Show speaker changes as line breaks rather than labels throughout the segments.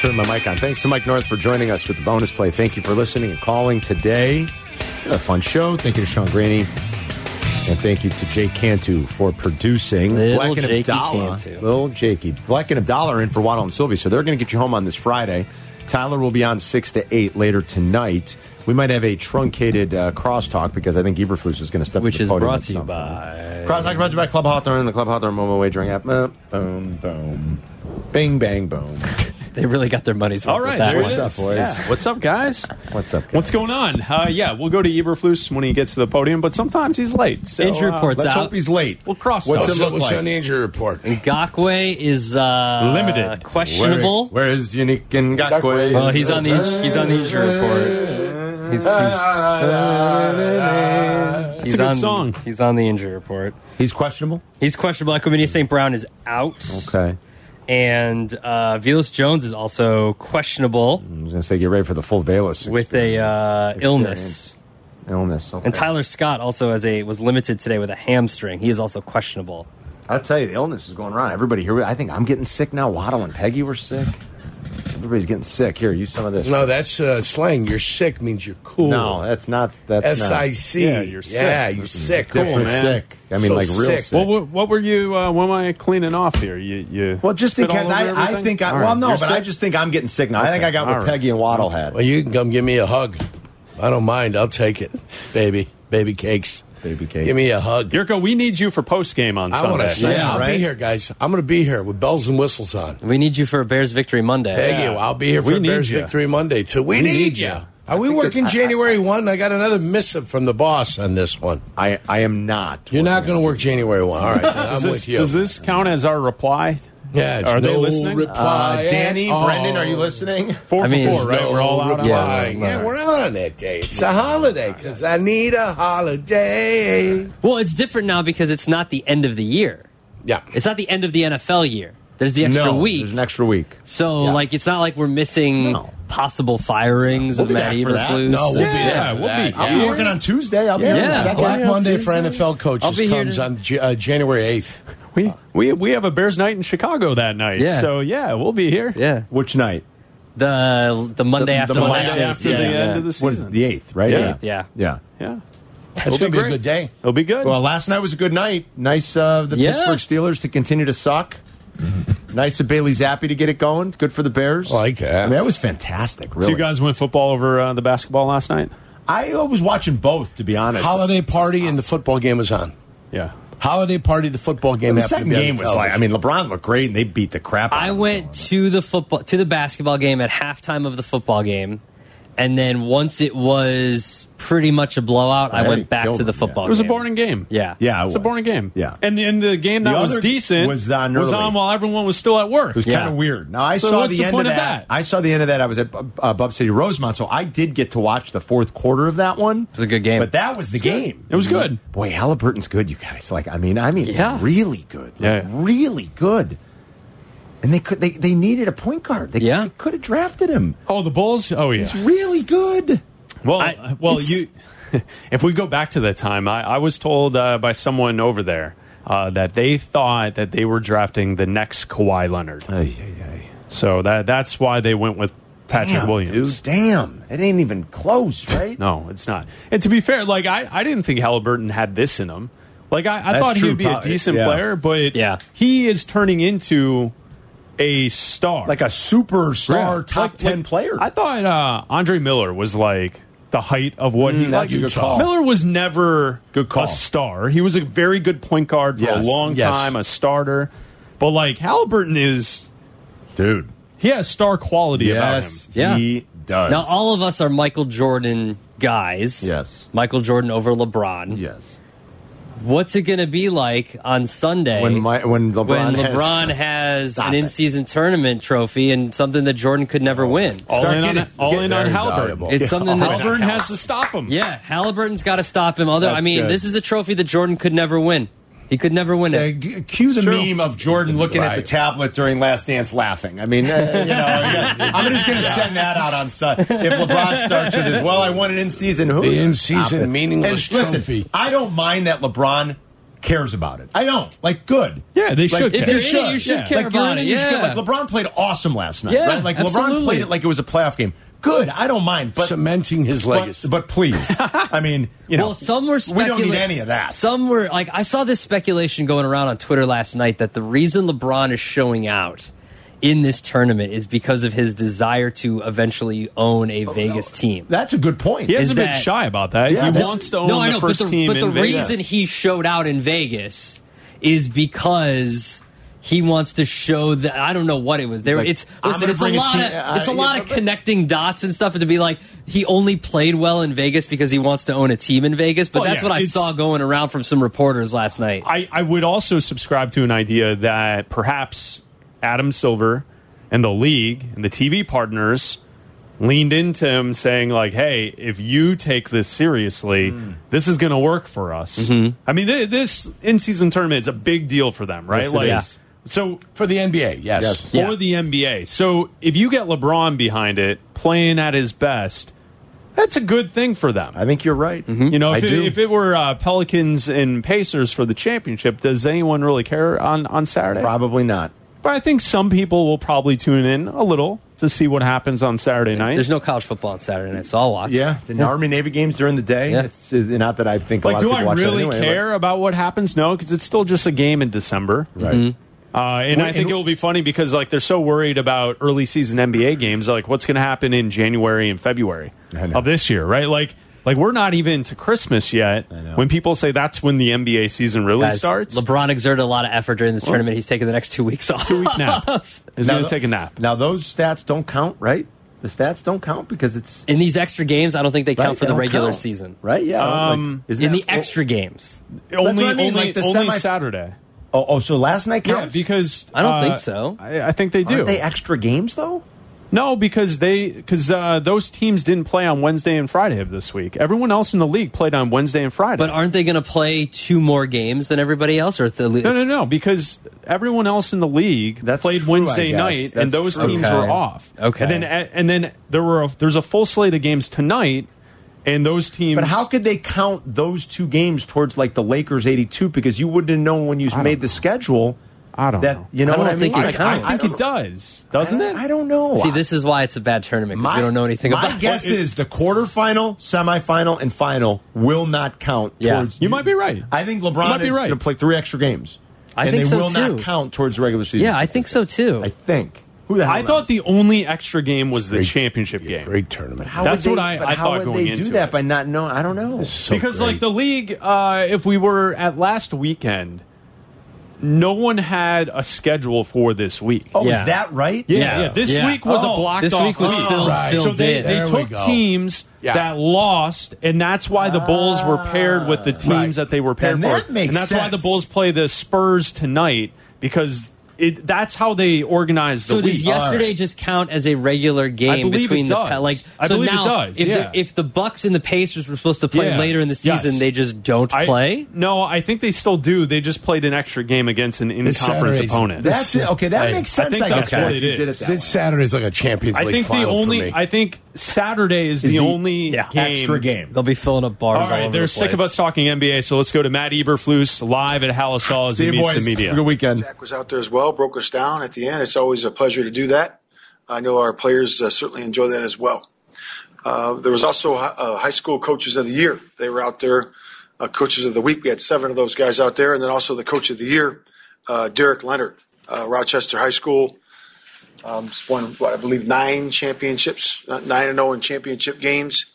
Turn my mic on. Thanks to Mike North for joining us with the bonus play. Thank you for listening and calling today. Had a fun show. Thank you to Sean Graney. And thank you to Jake Cantu for producing.
Little
and
Jakey
Abdallah.
Cantu.
Little Jakey. Black and Abdallah are in for Waddle and Sylvie, so they're going to get you home on this Friday. Tyler will be on 6 to 8 later tonight. We might have a truncated uh, crosstalk because I think Eberflus is going to step
Which
to the
is
podium
brought
at
to you
some point.
by.
Crosstalk brought to you by Club Hawthorne and the Club Hawthorne mobile wagering app. Uh, Boom, boom. Bing, bang, boom.
They really got their money's worth.
All
with
right,
that
there it
one.
What's
is.
up, boys?
Yeah. What's up, guys?
What's up, guys?
What's going on? Uh, yeah, we'll go to Eberflus when he gets to the podium, but sometimes he's late. So,
Injury
uh,
reports
Let's
out.
hope he's late.
We'll cross
What's
those.
it look
What's
like?
on the injury report?
Ngakwe is uh,
Limited.
questionable.
Where is Yannick Ngakwe?
Well, he's on the in- he's on the injury report. He's,
Ah,
he's, he's
a good
on
song.
he's on the injury report.
He's questionable.
He's questionable. Equimini St. Brown is out,
Okay.
and uh, Velas Jones is also questionable
I was going to say, get ready for the full Valus
with a uh, illness.
illness. Okay.
And Tyler Scott also has a was limited today with a hamstring. He is also questionable.
I'll tell you, the illness is going around. Everybody here, I think I'm getting sick now. Waddle and Peggy were sick. Everybody's getting sick. Here, use some of this.
No, that's uh, slang. You're sick means you're cool.
No, that's not. That's
S
not.
I C.
Yeah, you're sick.
Yeah, you're sick.
Different
man.
sick. I mean,
So
like real
sick.
sick.
Well, what, what were you? Uh, what am I cleaning off here? You, you
Well, just
spit all
because
over
I, I
everything?
think I,
All
well,
right.
no,
You're
but
sick?
I just think I'm getting sick now. I think I got what
all right.
Peggy and Waddle had.
Well, you can come give me a hug. I don't mind. I'll take it, baby. Baby cakes.
Baby cakes.
Give me a hug.
Yurko, we need you for post game on
I want
Sunday.
to say
Yeah,
I'll
right?
be here, guys. I'm going to be here with bells and whistles on.
We need you for Bears victory Monday.
Peggy, I'll be here
We
for
need
Bears
ya.
Victory Monday too. We, need,
need
you.
ya.
Are we working January one? I got another missive from the boss on this one.
I, I am not.
You're not going to work January one. All right, then I'm
does,
with
this,
you.
does this count as our reply?
yeah, it's
Are
no
they listening?
reply.
Uh, Danny,
at all.
Brendan, are you listening?
Four
I mean,
for four, right?
No
We're all out. on
Yeah.
that?
reply. Yeah, we're out on that day. It's a holiday because I need a holiday.
Well, it's different now because it's not the end of the year.
Yeah.
It's not the end of the NFL year. There's the extra
no,
week.
There's an extra week.
So,
Yeah.
like, it's not like we're missing
No.
possible firings
We'll
of
be
Matt
back for that.
Eberflus.
No, we'll be
Yeah.
there.
Yeah,
for
we'll
that.
be-
I'll
I'm working on Tuesday. I'll be here on the
Yeah.
second.
Black Monday for NFL
I'll
coaches
be here
comes
to-
on J- uh, January eighth.
We, we we have a Bears night in Chicago that night.
Yeah.
So yeah, we'll be here.
Yeah.
Which night?
The the Monday after the,
Monday
last day of
after
season.
the end of
yeah.
the
What is
season.
it, the eighth, right?
Yeah.
Yeah.
Yeah.
Yeah,
That's going to be a
great.
good day.
it'll be good.
Well, last night was a good night. Nice of the
Yeah.
Pittsburgh Steelers to continue to suck. Nice of Bailey Zappi to get it going. It's Good for the Bears.
I like that.
Mm-hmm. I mean, that was fantastic, really.
so you guys went football over uh, the basketball last night?
I was watching both, to be honest.
Holiday party and the football game is on.
Yeah.
Holiday party, the football game.
the
happened
second
to be on
game was like, I
television.
mean, LeBron looked great, and they beat the crap. out
I
of
went to the football to the basketball game at halftime of the football game, and then once it was pretty much a blowout, I
Already
went back
killed
to the
them, yeah.
football.
It was a
game.
boring game.
Yeah.
Yeah, it
it's a
was.
boring game.
Yeah.
and the, and the game that
The
was
other
decent
was on early.
while everyone was still at work.
It was
Yeah.
kind of weird. Now I
So
saw
what's
the,
the
end of
point
that.
of that?
I saw the end of that. I was at uh, Bub City Rosemont, so I did get to watch the fourth quarter of that one. It
was a good game.
but that was the game.
It was good.
Boy, Halliburton's good, you guys. Like, I mean, I mean,
Yeah.
really good. Like,
Yeah.
really good. And they could they, they needed a point guard. They,
Yeah.
could have drafted him.
Oh, the Bulls. Oh yeah.
He's really good.
Well,
I-
uh, well,
it's-
you. If we go back to that time, I, I was told uh, by someone over there uh, that they thought that they were drafting the next Kawhi Leonard. So that that's why they went with Patrick
Damn,
Williams.
dude. Damn. It ain't even close, right?
No, it's not. And to be fair, like I, I didn't think Halliburton had this in him. Like I, I
That's
thought
true,
he'd be
probably.
a decent
Yeah.
player, but
Yeah.
he is turning into a star,
Like a superstar
Yeah.
top
Like-
ten
like,
player.
I thought uh, Andre Miller was like the height of what he
Mm, that's
like.
a good call.
Miller was never
Good call.
a star. He was a very good point guard for
Yes.
a long
Yes.
time, a starter. But like Halliburton is,
dude.
he has star quality about him.
Yes,
Yeah.
he does.
Now all of us are Michael Jordan guys.
Yes.
Michael Jordan over LeBron.
Yes.
What's it going to be like on Sunday
When my, when LeBron,
when
has-
LeBron has,
Stop
an
it. Oh.
in-season tournament trophy and something that Jordan could never win?
All
Start
in on,
getting-
all
getting
in on
very
Halliburton.
valuable.
It's something that
Halliburton has to stop him.
Yeah, Halliburton's got to stop him. Although,
That's
I mean,
good.
this is a trophy that Jordan could never win. He could never win
Uh,
it.
g- cue the
True.
meme of Jordan looking at the
Right.
tablet during Last Dance laughing. I mean, uh, you know, yeah, I'm just going to send that out on Sunday. If LeBron starts with his, well, I won an in season. Who?
The
Stop
in-season
it.
meaningless
And listen,
trophy.
I don't mind that LeBron cares about it. I don't. Like, good.
Yeah, they
Like,
should.
if
care.
you
you're in it, you should
Yeah.
care
like,
about
you're in
it.
you should
yeah.
care. Like, LeBron played awesome last night.
Yeah,
right? Like, LeBron
absolutely.
played it like it was a playoff game. Good. I don't mind. But
cementing his
but,
legacy.
but please, I mean, you know,
well, some were
we don't need
specula-
any of that.
Some were like I saw this speculation going around on Twitter last night that the reason LeBron is showing out in this tournament is because of his desire to eventually own a Vegas team.
That's a good point.
He hasn't been
that-
shy about that.
Yeah,
he
that's-
wants to own the first
but the,
team
but the
in Vegas.
reason he showed out in Vegas is because he wants to show that I don't know what it was. There,
Like,
it's
I'm
listen,
gonna
it's a
bring a
lot
team-
of
uh,
I-
it's a
you
lot
know,
of
but-
connecting dots and stuff, and to be like he only played well in Vegas because he wants to own a team in Vegas. But
Well,
that's
Oh, yeah,
what I
it's-
saw going around from some reporters last night.
I, I would also subscribe to an idea that perhaps Adam Silver and the league and the TV partners leaned into him saying like hey if you take this seriously
Hmm.
this is going to work for us
Mm-hmm.
i mean th- this in-season tournament is a big deal for them right
Yes, it
like
is.
so
for the NBA, yes.
Yes.
for
Yeah.
the NBA. So if you get LeBron behind it, playing at his best, that's a good thing for them. Mm-hmm.
I think you're right.
you know,
I
Oh, if it,
do.
if it were uh, Pelicans and Pacers for the championship, does anyone really care on, on Saturday?
Probably not.
But I think some people will probably tune in a little to see what happens on Saturday night.
There's no college football on Saturday night, so I'll watch.
Yeah, the Army Navy games during the day.
Yeah.
It's, it's not that I think. a
like,
lot
do
of people
I
watch that
really
anyway, but-
care about what happens? No, because it's still just a game in December.
Right.
Mm-hmm.
Uh, and
Well,
I think
and-
it will be funny because like they're so worried about early season NBA games, like what's going to happen in January and February
I know.
of this year, right? Like, like we're not even to Christmas yet.
I know.
When people say that's when the NBA season really
Guys,
starts,
LeBron exerted a lot of effort during this tournament. He's taking the next two weeks off.
two week nap is
Now
going
th-
to take a nap.
Now those stats don't count, right? The stats don't count because it's
In these extra games, I don't think they count
right,
for
they
the
don't
regular
count.
season.
right? Yeah. like,
Um,
isn't
um, In
that-
the extra games,
Only,
what I mean,
only,
like the
only
semi-
Saturday.
Oh, oh, so last night
Yeah,
counts
because
I don't
uh,
think so.
I, I think they do.
Aren't they extra games though?
No, because they because uh, those teams didn't play on Wednesday and Friday of this week. Everyone else in the league played on Wednesday and Friday.
but aren't they going to play two more games than everybody else? Or the,
no, no, no, because everyone else in the league
That's
played
true, I
Wednesday
guess.
night,
That's
and those
true.
teams
Okay.
were off.
Okay.
and then and then there were a, there's a full slate of games tonight, and those teams.
But how could they count those two games towards like the Lakers '82? Because you wouldn't have known when you made the schedule.
I don't
that
know.
you know
I
what
don't
I mean.
think it
Like,
counts.
I think
don't-
it does, doesn't
I
it?
don't- I don't know.
See, this is why it's a bad tournament because we don't know anything
my
about.
guess
it.
is the quarterfinal, semifinal, and final will not count
Yeah.
towards.
You might be right.
I think
You
LeBron
might be
is
right.
going to play three extra games,
I
and
think
they
so,
will not
too.
count towards regular season.
Yeah, I think so too.
I think. Who the hell?
I thought the only extra game was the championship game.
Great tournament.
How
that's
would they,
what I-
but
I
how
thought
would
going
they do
into
that
it.
by not knowing? I don't know.
So
because
great.
like the league uh, if we were at last weekend no one had a schedule for this week
Oh,
Yeah.
is that right?
yeah, yeah. this
Yeah.
week was
Oh,
a blocked
this
off
week was filled-
Right.
so
filled
they,
in.
they
There we
took
go.
teams
Yeah.
that lost and that's why the bulls were paired with the teams
Right.
that they were paired
And
for
Ah. that makes
and that's why the
sense.
bulls play the spurs tonight because it, that's how they organize the
so
week
does yesterday just count as a regular game
believe
between
it
the
does.
pa- like?
I
so
believe it
now,
does,
If,
yeah.
the, if the Bucks and the Pacers were supposed to play
Yeah.
later in the
Yes.
season, they just don't
I-
play.
no i think they still do they just played an extra game against an in-conference
Saturday's-
opponent
That's it. Okay, that
I-
makes
I
sense.
think
I,
that's
guess
what
if
it
you
is.
did it that
this
way.
Saturday's like a Champions
I
League
think the
final for
only
me.
I think Saturday is,
Is
the, only game.
extra game.
They'll be filling up bars.
All
all
right,
over
they're
the
sick of
place.
us talking NBA, so let's go to Matt Eberflus live at Hallisall as
See
he
you,
meets
boys.
the media.
Have a Good weekend.
Jack was out there as well, broke us down at the end. It's always a pleasure to do that. I know our players uh, certainly enjoy that as well. Uh, there was also uh, high school coaches of the year. They were out there, uh, coaches of the week. We had seven of those guys out there, and then also the coach of the year, uh, Derek Leonard, uh, Rochester High School. Um, just won, what, I believe, nine championships, uh, nine and zero in championship games.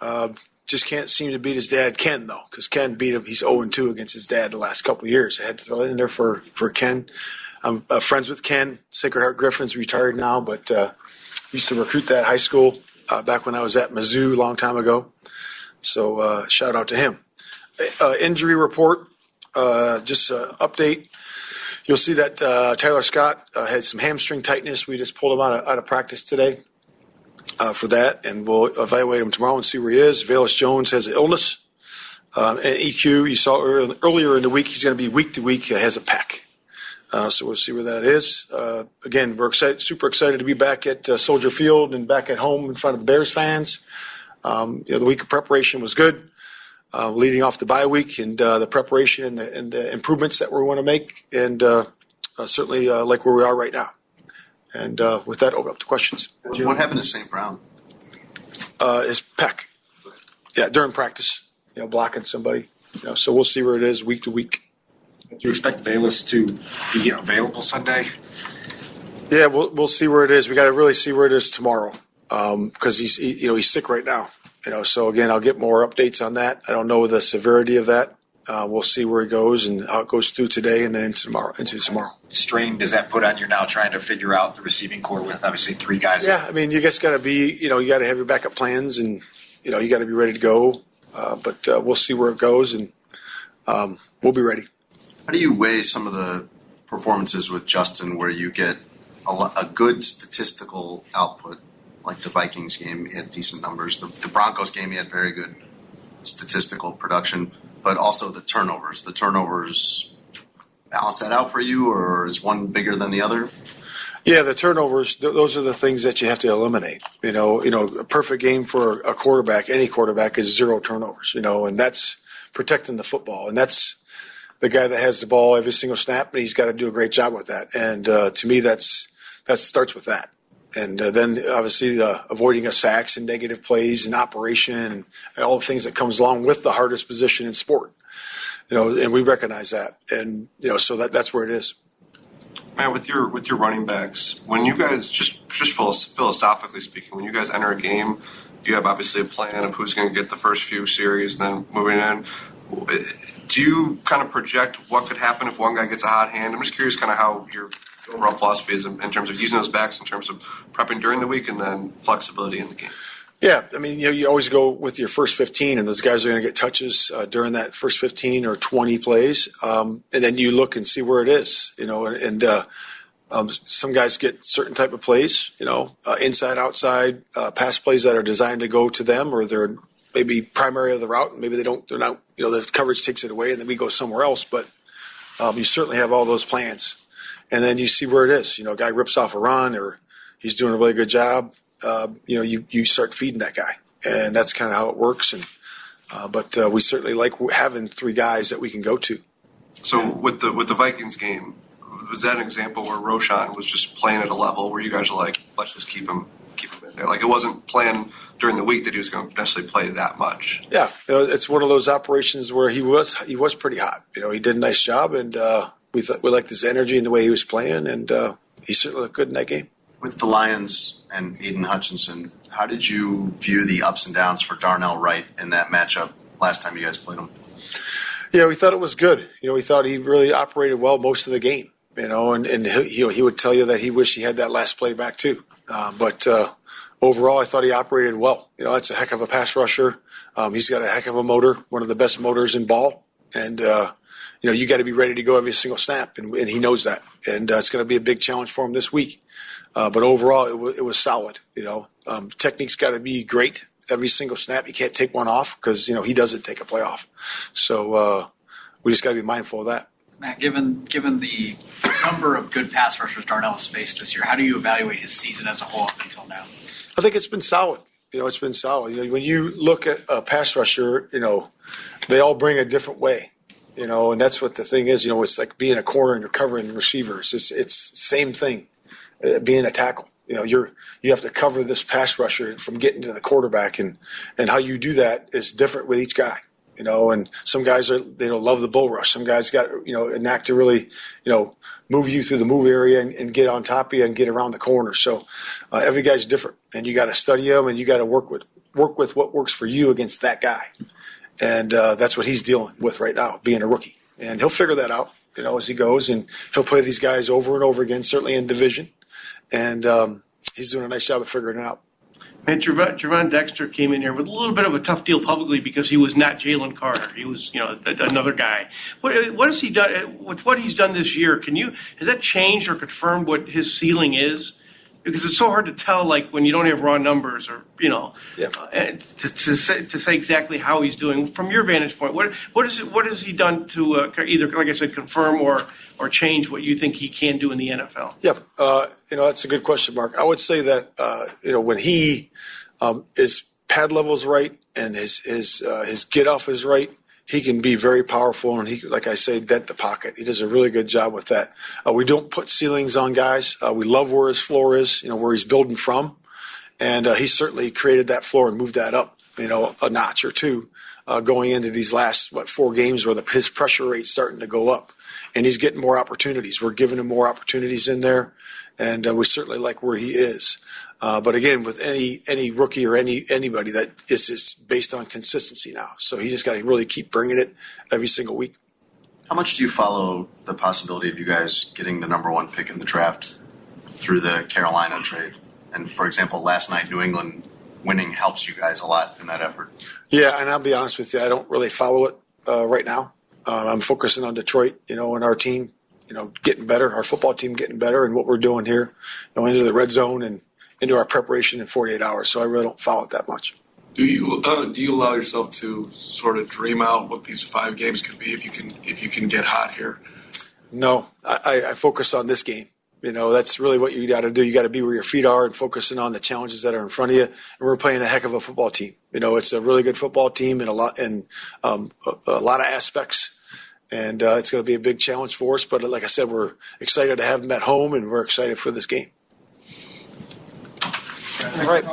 Uh, Just can't seem to beat his dad, Ken, though, because Ken beat him. He's 0 2 against his dad the last couple of years. I had to throw that in there for, for Ken. I'm uh, friends with Ken, Sacred Heart Griffin's retired now, but uh, used to recruit that high school uh, back when I was at Mizzou a long time ago. So uh, shout out to him. Uh, injury report, uh, just uh, update. You'll see that uh, Tyler Scott uh, had some hamstring tightness. We just pulled him out of, out of practice today uh, for that, and we'll evaluate him tomorrow and see where he is. Valus Jones has an illness. Um, and EQ, you saw ear- earlier in the week, he's going to be week to week, uh, has a pack. Uh, so we'll see where that is. Uh, again, we're excited, super excited to be back at uh, Soldier Field and back at home in front of the Bears fans. Um, you know, the week of preparation was good. uh, leading off the bye week and uh, the preparation and the, and the improvements that we want to make, and uh, uh, certainly uh, like where we are right now. And uh, with that, open up to questions.
What happened to St. Brown?
Uh, is Peck? Yeah, during practice, you know, blocking somebody. You know, so we'll see where it is week to week.
Do you expect Bayless to be available Sunday?
Yeah, we'll we'll see where it is. We got to really see where it is tomorrow because he's he, you know he's sick right now. You know, so again, I'll get more updates on that. I don't know the severity of that. Uh, we'll see where he goes and how it goes through today and then into tomorrow. Into tomorrow.
Strain does that put on you now trying to figure out the receiving core with obviously three guys?
Yeah, I mean, you just got to be you know you got to have your backup plans and you know you got to be ready to go. Uh, but uh, we'll see where it goes and um, we'll be ready.
How do you weigh some of the performances with Justin where you get a, lo- a good statistical output, like the Vikings game, he had decent numbers. The, the Broncos game, he had very good statistical production, but also the turnovers. The turnovers balance that out for you, or is one bigger than the other?
Yeah, the turnovers; th- those are the things that you have to eliminate. You know, you know, a perfect game for a quarterback, any quarterback, is zero turnovers. You know, and that's protecting the football, and that's the guy that has the ball every single snap, and he's got to do a great job with that. And uh, to me, that's that starts with that, and uh, then obviously the avoiding of sacks and negative plays and operation and all the things that comes along with the hardest position in sport. You know, and we recognize that, and you know, so that that's where it is.
Matt, with your with your running backs, when you guys just just philos- philosophically speaking, when you guys enter a game, you have obviously a plan of who's going to get the first few series, then moving in. Do you kind of project what could happen if one guy gets a hot hand? I'm just curious, kind of how your overall philosophy is in, in terms of using those backs, in terms of prepping during the week, and then flexibility in the game.
Yeah, I mean, you know, you always go with your first 15, and those guys are going to get touches uh, during that first 15 or 20 plays, um, and then you look and see where it is, you know, and, and uh, um, some guys get certain type of plays, you know, uh, inside, outside, uh, pass plays that are designed to go to them, or they're maybe primary of the route, and maybe they don't, they're not, you know, the coverage takes it away, and then we go somewhere else, but um, you certainly have all those plans, and then you see where it is, you know, a guy rips off a run, or he's doing a really good job, uh, you know, you, you start feeding that guy. And that's kind of how it works. And, uh, but uh, we certainly like w- having three guys that we can go to.
So with the with the Vikings game, was that an example where Roshan was just playing at a level where you guys are like, let's just keep him keep him in there? Like it wasn't planned during the week that he was going to necessarily play that much.
Yeah, you know, it's one of those operations where he was he was pretty hot. You know, he did a nice job, and uh, we th- we liked his energy and the way he was playing, and uh, he certainly looked good in that game.
With the Lions and Aiden Hutchinson, how did you view the ups and downs for Darnell Wright in that matchup last time you guys played him?
Yeah, we thought it was good. You know, we thought he really operated well most of the game. You know, and and he you know, he would tell you that he wished he had that last play back too. Uh, but uh, overall, I thought he operated well. You know, that's a heck of a pass rusher. Um, he's got a heck of a motor, one of the best motors in ball, and uh, you know you got to be ready to go every single snap, and, and he knows that. And uh, it's going to be a big challenge for him this week. Uh, but overall, it, w- it was solid. You know, um, technique's got to be great every single snap. You can't take one off because you know he doesn't take a play off. So uh, we just got to be mindful of that.
Matt, given given the number of good pass rushers Darnell has faced this year, how do you evaluate his season as a whole up until now?
I think it's been solid. You know, it's been solid. You know, when you look at a pass rusher, you know, they all bring a different way. You know, and that's what the thing is. You know, it's like being a corner and you're covering receivers. It's it's same thing, uh, being a tackle. You know, you're you have to cover this pass rusher from getting to the quarterback, and and how you do that is different with each guy. You know, and some guys are they don't love the bull rush. Some guys got you know an knack to really you know move you through the move area and, and get on top of you and get around the corner. So uh, every guy's different, and you got to study them and you got to work with work with what works for you against that guy and uh, that's what he's dealing with right now, being a rookie. And he'll figure that out, you know, as he goes, and he'll play these guys over and over again, certainly in division. And um, he's doing a nice job of figuring it out.
And Javon, Javon Dexter came in here with a little bit of a tough deal publicly because he was not Jalen Carter. He was, you know, a, another guy. What, what has he done uh, with what he's done this year? Can you has that changed or confirmed what his ceiling is? Because it's so hard to tell, like when you don't have raw numbers or you know,
Yeah.
uh, and to, to, say, to say exactly how he's doing from your vantage point. What what is it, what has he done to uh, either, like I said, confirm or or change what you think he can do in the NFL?
Yeah, uh, you know that's a good question, Mark. I would say that uh, you know when he um, is pad level's right and his his uh, his get off is right, he can be very powerful and he, like I say, dent the pocket. He does a really good job with that. Uh, we don't put ceilings on guys. Uh, we love where his floor is, you know, where he's building from, and uh, he certainly created that floor and moved that up, you know, a notch or two uh, going into these last what four games where the, his pressure rate's starting to go up, and he's getting more opportunities. We're giving him more opportunities in there, and uh, we certainly like where he is. Uh, but again, with any any rookie or any anybody that is is based on consistency now. So he just got to really keep bringing it every single week.
How much do you follow the possibility of you guys getting the number one pick in the draft through the Carolina trade? And for example, last night New England winning helps you guys a lot in that effort.
Yeah, and I'll be honest with you, I don't really follow it uh, right now. Uh, I'm focusing on Detroit, you know, and our team, you know, getting better, our football team getting better, and what we're doing here, you know, into the red zone and into our preparation in 48 hours. So I really don't follow it that much.
Do you uh, do you allow yourself to sort of dream out what these five games could be if you can if you can get hot here?
No, I, I- I focus on this game. You know, that's really what you got to do. You got to be where your feet are and focusing on the challenges that are in front of you. And we're playing a heck of a football team. You know, it's a really good football team and a lot and um, a, a lot of aspects. And uh, it's going to be a big challenge for us. But like I said, we're excited to have them at home and we're excited for this game. All right.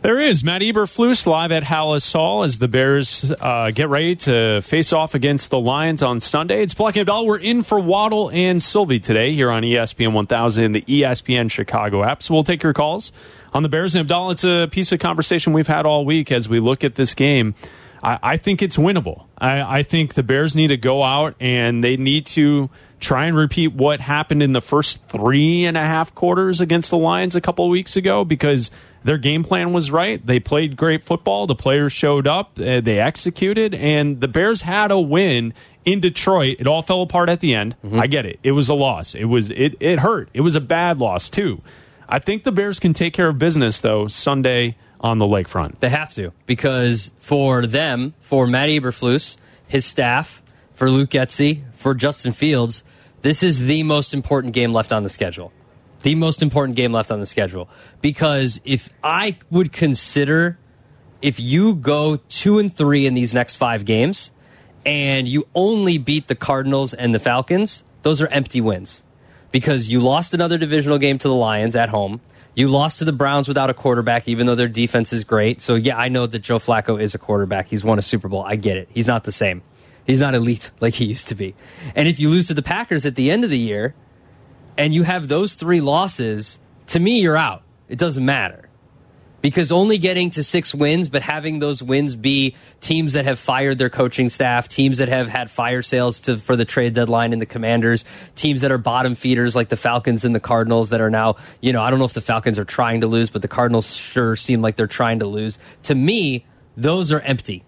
There is Matt Eberflus live at Hallis Hall as the Bears uh, get ready to face off against the Lions on Sunday. It's Black and Bell. We're in for Waddle and Sylvie today here on E ESPN 1000 and the E ESPN Chicago app. So we'll take your calls on the Bears and Abdallah. It's a piece of conversation we've had all week as we look at this game. I, I think it's winnable. I, I think the Bears need to go out and they need to try and repeat what happened in the first three and a half quarters against the Lions a couple of weeks ago because their game plan was right. They played great football. The players showed up. uh, They executed, and the Bears had a win in Detroit. It all fell apart at the end. I get it. It was a loss. It was it it hurt. It was a bad loss too. I think the Bears can take care of business though Sunday on the lakefront.
They have to because for them, for Matt Eberflus, his staff, for Luke Getzey, for Justin Fields, this is the most important game left on the schedule. The most important game left on the schedule because if I would consider if you go two and three in these next five games and you only beat the Cardinals and the Falcons, those are empty wins because you lost another divisional game to the Lions at home. You lost to the Browns without a quarterback, even though their defense is great. So, yeah, I know that Joe Flacco is a quarterback. He's won a Super Bowl. I get it. He's not the same. He's not elite like he used to be. And if you lose to the Packers at the end of the year, and you have those three losses, to me, you're out. It doesn't matter. Because only getting to six wins, but having those wins be teams that have fired their coaching staff, teams that have had fire sales to, for the trade deadline and the commanders, teams that are bottom feeders like the Falcons and the Cardinals that are now, you know, I don't know if the Falcons are trying to lose, but the Cardinals sure seem like they're trying to lose. To me, those are empty.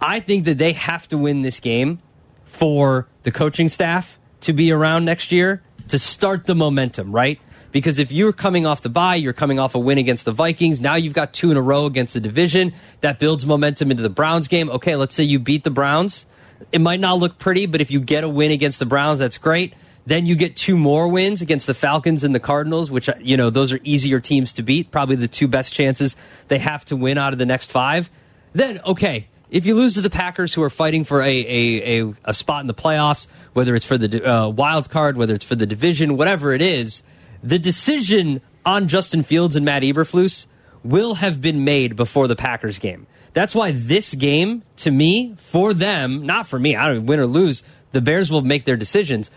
I think that they have to win this game for the coaching staff to be around next year to start the momentum, right? Because if you're coming off the bye, you're coming off a win against the Vikings. Now you've got two in a row against the division. That builds momentum into the Browns game. Okay, let's say you beat the Browns. It might not look pretty, but if you get a win against the Browns, that's great. Then you get two more wins against the Falcons and the Cardinals, which, you know, those are easier teams to beat. Probably the two best chances they have to win out of the next five. Then, okay, if you lose to the Packers, who are fighting for a a, a, a spot in the playoffs, whether it's for the uh, wild card, whether it's for the division, whatever it is, the decision on Justin Fields and Matt Eberflus will have been made before the Packers game. That's why this game, to me, for them, not for me, I don't win or lose. The Bears will make their decisions,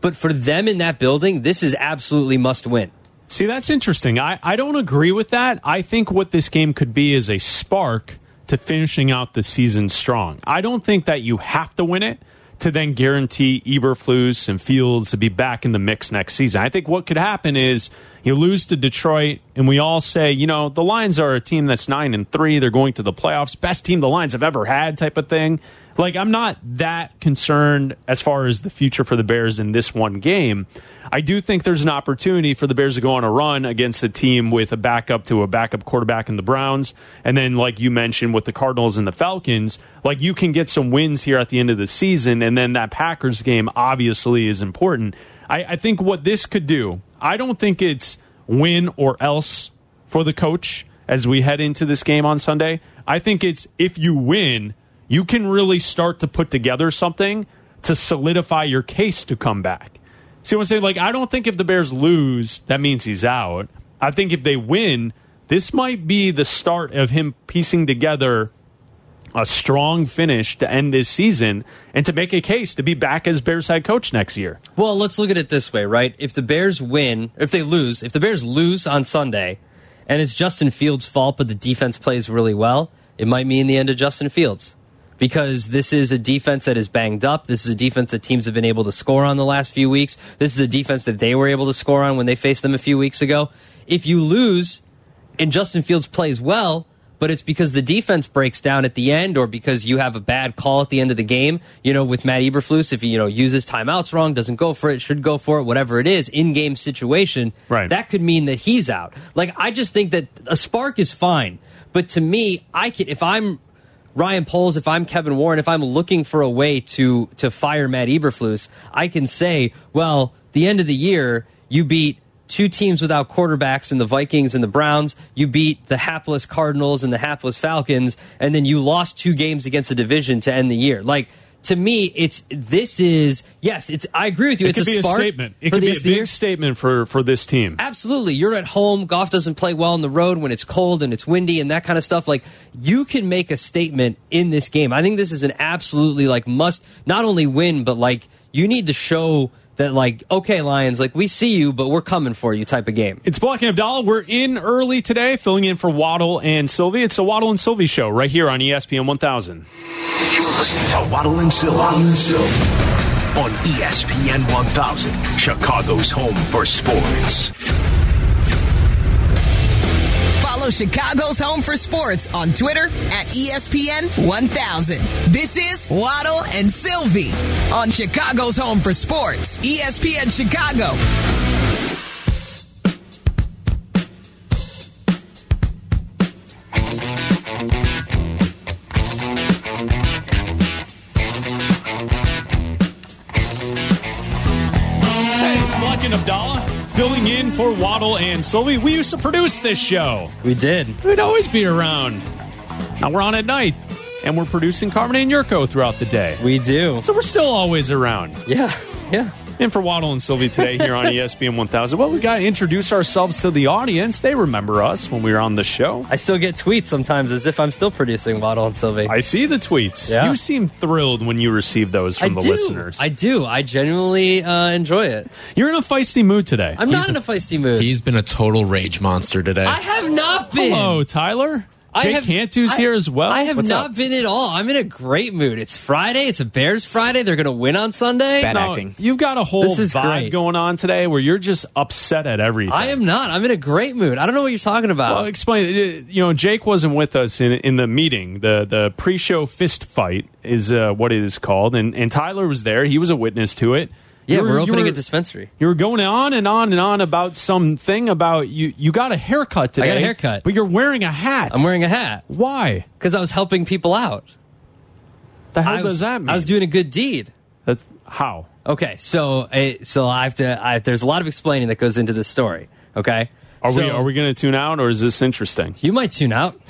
but for them in that building, this is absolutely must win.
See, that's interesting. I, I don't agree with that. I think what this game could be is a spark to finishing out the season strong. I don't think that you have to win it to then guarantee Eberflus and Fields to be back in the mix next season. I think what could happen is you lose to Detroit and we all say, you know, the Lions are a team that's 9 and 3, they're going to the playoffs, best team the Lions have ever had type of thing. Like I'm not that concerned as far as the future for the Bears in this one game. I do think there's an opportunity for the Bears to go on a run against a team with a backup to a backup quarterback in the Browns. And then, like you mentioned, with the Cardinals and the Falcons, like you can get some wins here at the end of the season. And then that Packers game obviously is important. I, I think what this could do, I don't think it's win or else for the coach. as we head into this game on Sunday. I think it's if you win, you can really start to put together something to solidify your case to come back. See what I'm saying? Like, I don't think if the Bears lose, that means he's out. I think if they win, this might be the start of him piecing together a strong finish to end this season and to make a case to be back as Bears head coach next year.
Well, let's look at it this way, right? If the Bears win, if they lose, if the Bears lose on Sunday, and it's Justin Fields' fault, but the defense plays really well, it might mean the end of Justin Fields because this is a defense that is banged up. This is a defense that teams have been able to score on the last few weeks. This is a defense that they were able to score on when they faced them a few weeks ago. If you lose and Justin Fields plays well, but it's because the defense breaks down at the end or because you have a bad call at the end of the game, you know, with Matt Eberflus, if he, you know, uses timeouts wrong, doesn't go for it, should go for it, whatever it is, in-game situation,
Right.
that could mean that he's out. Like I just think that a spark is fine, but to me, I can if I'm Ryan Poles, if I'm Kevin Warren, if I'm looking for a way to to fire Matt Eberflus, I can say, well, the end of the year, you beat two teams without quarterbacks in the Vikings and the Browns. You beat the hapless Cardinals and the hapless Falcons, and then you lost two games against the division to end the year. Like to me, it's this is yes, it's I agree with you.
It
it's
could be a
spark
statement. It
for
could
the
be a
rest of the year.
big statement for, for this team.
Absolutely. You're at home. Golf doesn't play well on the road when it's cold and it's windy and that kind of stuff. Like, you can make a statement in this game. I think this is an absolutely, like, must not only win, but, like, you need to show that, like, okay, Lions, like, we see you, but we're coming for you type of game.
It's Block and Abdallah. We're in early today, filling in for Waddle and Sylvie. It's a Waddle and Sylvie show right here on E ESPN 1000.
You're listening to Waddle and Silk. On ESPN 1000, Chicago's home for sports.
Follow Chicago's Home for Sports on Twitter at E ESPN 1000. This is Waddle and Sylvie on Chicago's Home for Sports, E ESPN Chicago.
Hey, it's Block and Abdallah filling in for Waddle and Sylvie. We used to produce this show.
We did.
We'd always be around. Now we're on at night, and we're producing Carmen and Yurko throughout the day.
We do.
So we're still always around.
Yeah, yeah.
In for Waddle and Sylvie today here on E ESPN 1000. Well, we got to introduce ourselves to the audience. They remember us when we were on the show.
I still get tweets sometimes as if I'm still producing Waddle and Sylvie.
I see the tweets.
Yeah.
You seem thrilled when you receive those from
I
the
do.
listeners.
I do. I genuinely uh, enjoy it.
You're in a feisty mood today.
I'm not in a feisty mood.
He's been a total rage monster today.
I have not been.
Hello, Tyler.
I
Jake
have-
Cantu's
I-
here as well.
I have
What's
not
up?
been at all. I'm in a great mood. It's Friday. It's a Bears Friday. They're going to win on Sunday.
No, You've got a whole
This is
vibe
great.
going on today where you're just upset at everything.
I am not. I'm in a great mood. I don't know what you're talking about.
Well, explain. uh, You know, Jake wasn't with us in in the meeting. the The pre show fist fight is uh, what it is called, and and Tyler was there. He was a witness to it.
yeah,
You were-
we're
you
opening
were-
a dispensary.
You were going on and on and on about something about you. You got a haircut
I
today.
got a haircut.
but you're wearing a hat.
I'm wearing a hat
Why?
because I was helping people out.
The hell
I was-
does that mean?
I was doing a good deed.
That's how.
Okay, so uh, so I have to. I, there's a lot of explaining that goes into this story. Okay,
Are
So-
we are we going to tune out or is this interesting?
You might tune out.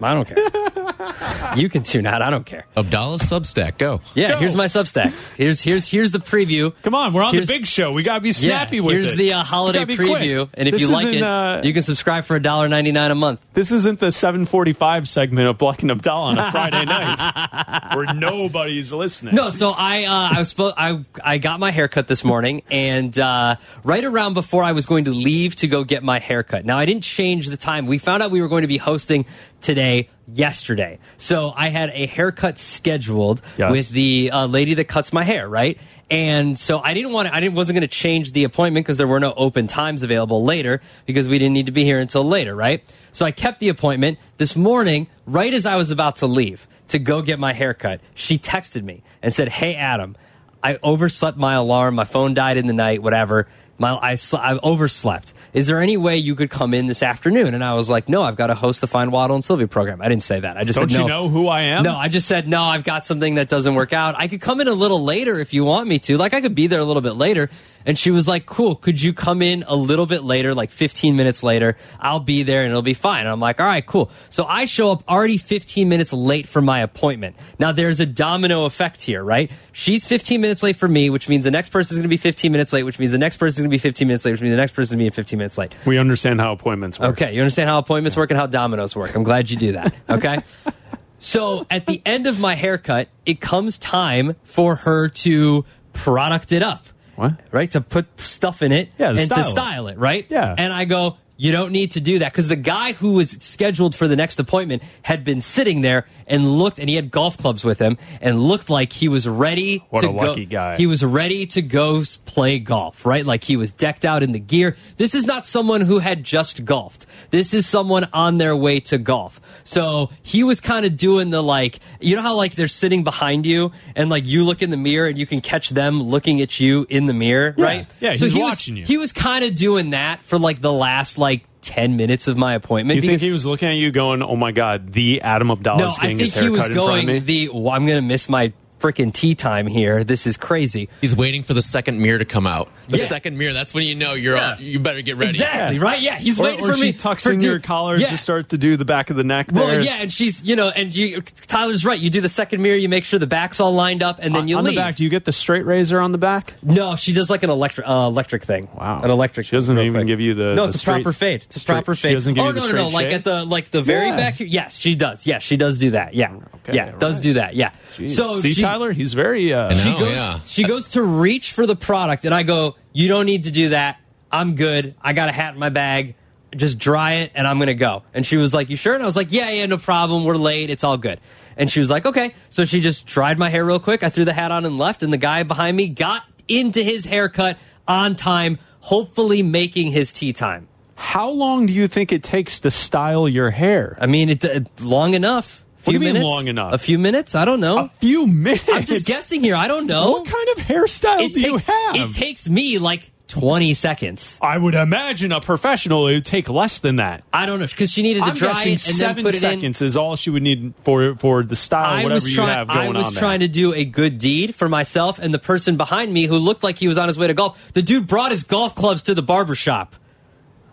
I don't care. you can tune out. I don't care.
Abdallah's Substack, go.
Yeah,
Go.
here's my Substack. Here's here's here's the preview.
Come on, we're on
Here's-
the big show. We got to be
Yeah,
snappy with
here's
it.
the uh,
We
holiday
gotta be
preview,
quick.
and if
This
you like
isn't,
it,
uh,
you can subscribe for $1.99 a month.
this isn't the 7:45 segment of Black and Abdallah on a Friday night where nobody's listening.
No, so I uh, I was supposed I I got my haircut this morning, and uh, right around before I was going to leave to go get my haircut. Now I didn't change the time. We found out we were going to be hosting today yesterday, so I had a haircut scheduled
Yes.
with the uh, lady that cuts my hair, right? And so I didn't want to, I didn't, wasn't going to change the appointment because there were no open times available later because we didn't need to be here until later, right? So I kept the appointment this morning, right as I was about to leave to go get my haircut. She texted me and said, Hey, Adam, I overslept my alarm. My phone died in the night, whatever. My, I, sl- I overslept. Is there any way you could come in this afternoon? And I was like, no, I've got to host the Fine Waddle and Sylvie program. I didn't say that. I just
Don't
said,
you
no.
know who I am?
No, I just said, no, I've got something that doesn't work out. I could come in a little later if you want me to. Like, I could be there a little bit later. And she was like, cool, could you come in a little bit later, like 15 minutes later? I'll be there and it'll be fine. And I'm like, all right, cool. So I show up already 15 minutes late for my appointment. Now there's a domino effect here, right? She's 15 minutes late for me, which means the next person's going to be 15 minutes late, which means the next person's going to be 15 minutes late, which means the next person's going to be 15 minutes late.
We understand how appointments work.
Okay, you understand how appointments work and how dominoes work. I'm glad you do that. Okay. so at the end of my haircut, it comes time for her to product it up.
What?
Right? To put stuff in it
Yeah, to
and
style
to
it.
style it, right?
Yeah.
And I go, you don't need to do that because the guy who was scheduled for the next appointment had been sitting there and looked, and he had golf clubs with him and looked like he was ready
What
to
a
go.
lucky guy.
He was ready to go s- play golf, right? Like he was decked out in the gear. This is not someone who had just golfed. This is someone on their way to golf. So he was kind of doing the like, you know how like they're sitting behind you and like you look in the mirror and you can catch them looking at you in the mirror,
Yeah.
right?
Yeah,
so
he's
he
watching
was,
you.
He was kind of doing that for like the last like 10 minutes of my appointment.
You
because
think he was looking at you going, "Oh my God, the Adam Abdallah
no,
is
I
getting
think
his
he
haircut
was
in front of me."
going the, well, I'm going to miss my freaking tea time here. This is crazy.
He's waiting for the second mirror to come out. The second mirror, that's when you know you're on. You better get ready.
Exactly, right? Yeah, he's
or,
waiting
or
for
she
me
tucks
for
in
dude-
your collar
Yeah.
to start to do the back of the neck there.
Well, yeah, and she's you know, and you Tyler's right. You do the second mirror, you make sure the back's all lined up, and then you
on
leave.
the back, do you get the straight razor on the back?
No, she does like an electric uh, electric thing. Wow, an electric.
She doesn't even give you the
no,
the
it's a
straight-
proper fade. It's a
straight-
proper fade.
She doesn't give
oh
you the
no, no,
straight
no! Like
shape?
at the like the very
Yeah.
back. here- Yes, she does. Yeah, she does do that. Yeah, yeah, does do that. Yeah. So
see,
she,
Tyler, he's very. Uh,
I
she
know,
goes.
yeah.
She goes to reach for the product, and I go, "You don't need to do that. I'm good. I got a hat in my bag. Just dry it, and I'm gonna go." And she was like, "You sure?" And I was like, "Yeah, yeah, no problem. We're late. It's all good." And she was like, "Okay." So she just dried my hair real quick. I threw the hat on and left, and the guy behind me got into his haircut on time, hopefully making his tea time.
How long do you think it takes to style your hair?
I mean, it, it long enough.
What do
Few
you mean
minutes?
long enough?
A few minutes? I don't know. A
few minutes?
I'm just guessing here. I don't know.
What kind of hairstyle
it
do you
takes,
have?
It takes me like 20 seconds.
I would imagine a professional it would take less than that.
I don't know because she needed to
I'm
dry
guessing
it and
seven
then put it in.
seconds is all she would need for for the style.
I
whatever
was
you
trying.
have going
I was
on there.
trying to do a good deed for myself and the person behind me who looked like he was on his way to golf. The dude brought his golf clubs to the barber shop.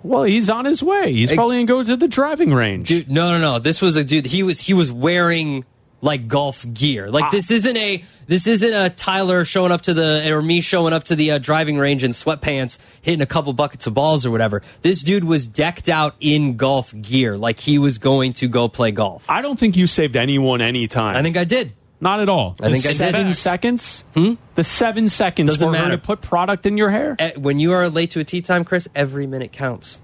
Well, he's on his way. He's
Hey.
probably going to go to the driving range.
Dude, no, no, no. This was a dude. He was he was wearing like golf gear.
Ah.
Like this isn't a this isn't a Tyler showing up to the or me showing up to the uh, driving range in sweatpants, hitting a couple buckets of balls or whatever. This dude was decked out in golf gear, like he was going to go play golf.
I don't think you saved anyone any time.
I think I did.
Not at all.
I
The
think I did.
seven
Facts.
seconds. Hmm? The seven seconds
Doesn't
for her
matter.
to put product in your hair.
Eh, When you are late to a tea time, Chris, every minute counts.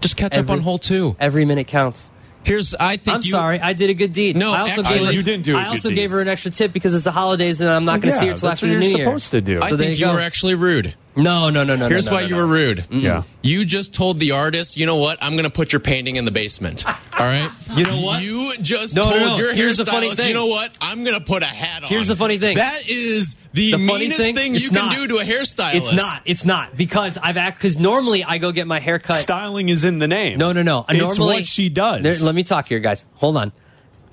Just catch up
Every-
on hole two.
Every minute counts.
Here's, I think
I'm
you.
sorry, I did a good deed.
No,
I also
actually-
gave her,
You didn't do a
I
good
also
deed.
gave her an extra tip because it's the holidays and I'm not going to
Yeah,
see her till
that's
after
what
the
you're
New Year.
supposed to do.
I
So there
think
you
you
go.
were actually rude.
No, no, no, no.
Here's
no, no,
why
no,
you
no.
were rude.
Mm-hmm.
Mm.
Yeah.
You just told the artist, you know what? I'm going to put your painting in the basement. All right.
You know what?
You just
No, no,
told
no.
your
Here's the
hairstylist,
funny thing.
you know what? I'm going to put a hat on.
Here's the funny thing.
That is
The
the,
funny
meanest
thing,
thing, you
it's
can
not.
do to a hairstylist.
It's not. It's not because I've act because normally I go get my hair cut.
Styling is in the name.
No, no, no.
It's
normally
what she does.
There- let me talk here, guys. Hold on.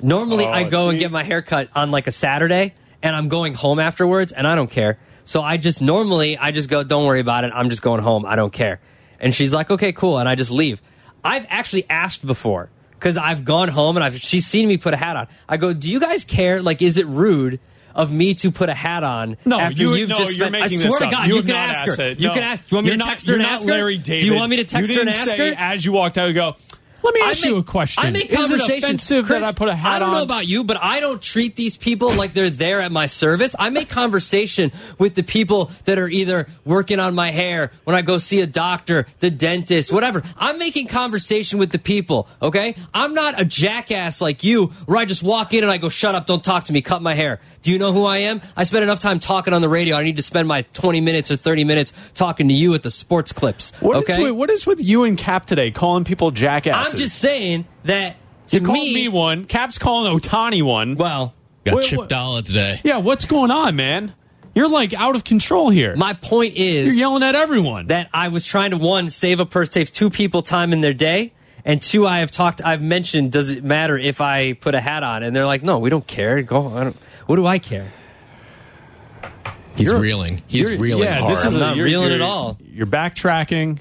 Normally
Oh,
I go and
see?
get my hair cut on like a Saturday, and I'm going home afterwards, and I don't care. So I just normally I just go, don't worry about it. I'm just going home. I don't care. And she's like, okay, cool, and I just leave. I've actually asked before because I've gone home and I've she's seen me put a hat on. I go, do you guys care? Like, is it rude? Of me to put a hat on
No,
after
you-
have
no,
just
you're
spent,
making
I swear
this
to
up.
God,
You
you,
have
can
not
ask
asked
her.
it.
You
No.
can ask. Do you want me
You're
to
not-
text her
you're
and
not
ask
Larry
her?
David.
Do you want me to text
you
her and
didn't
ask
say,
her?
As you walked out, you go. Let me
I
ask you a
make-
question.
I make
is it
conversations.
offensive
Chris,
that I put a hat on?
I don't know about you, but I don't treat these people like they're there at my service. I make conversation with the people that are either working on my hair, when I go see a doctor, the dentist, whatever. I'm making conversation with the people, okay? I'm not a jackass like you where I just walk in and I go, shut up, don't talk to me, cut my hair. Do you know who I am? I spend enough time talking on the radio. I need to spend my 20 minutes or 30 minutes talking to you at the sports clips,
What is
okay?
with, what is with you and Cap today calling people jackasses?
I'm just saying that to
You called me, one. Cap's calling Otani one.
Well,
Got
Wait,
Chip
what-
Dollar today.
yeah, what's going on, man? You're like out of control here.
my point
You're
is
yelling at everyone.
that I was trying to one save a person, save two people time in their day, and two I have talked, I've mentioned, does it matter if I put a hat on? And they're like, no, we don't care. Go, I don't, what do I care?
He's reeling. He's
you're-
reeling
yeah,
hard.
This is
I'm
a-
not
you're-
reeling at
you're-
all.
You're backtracking.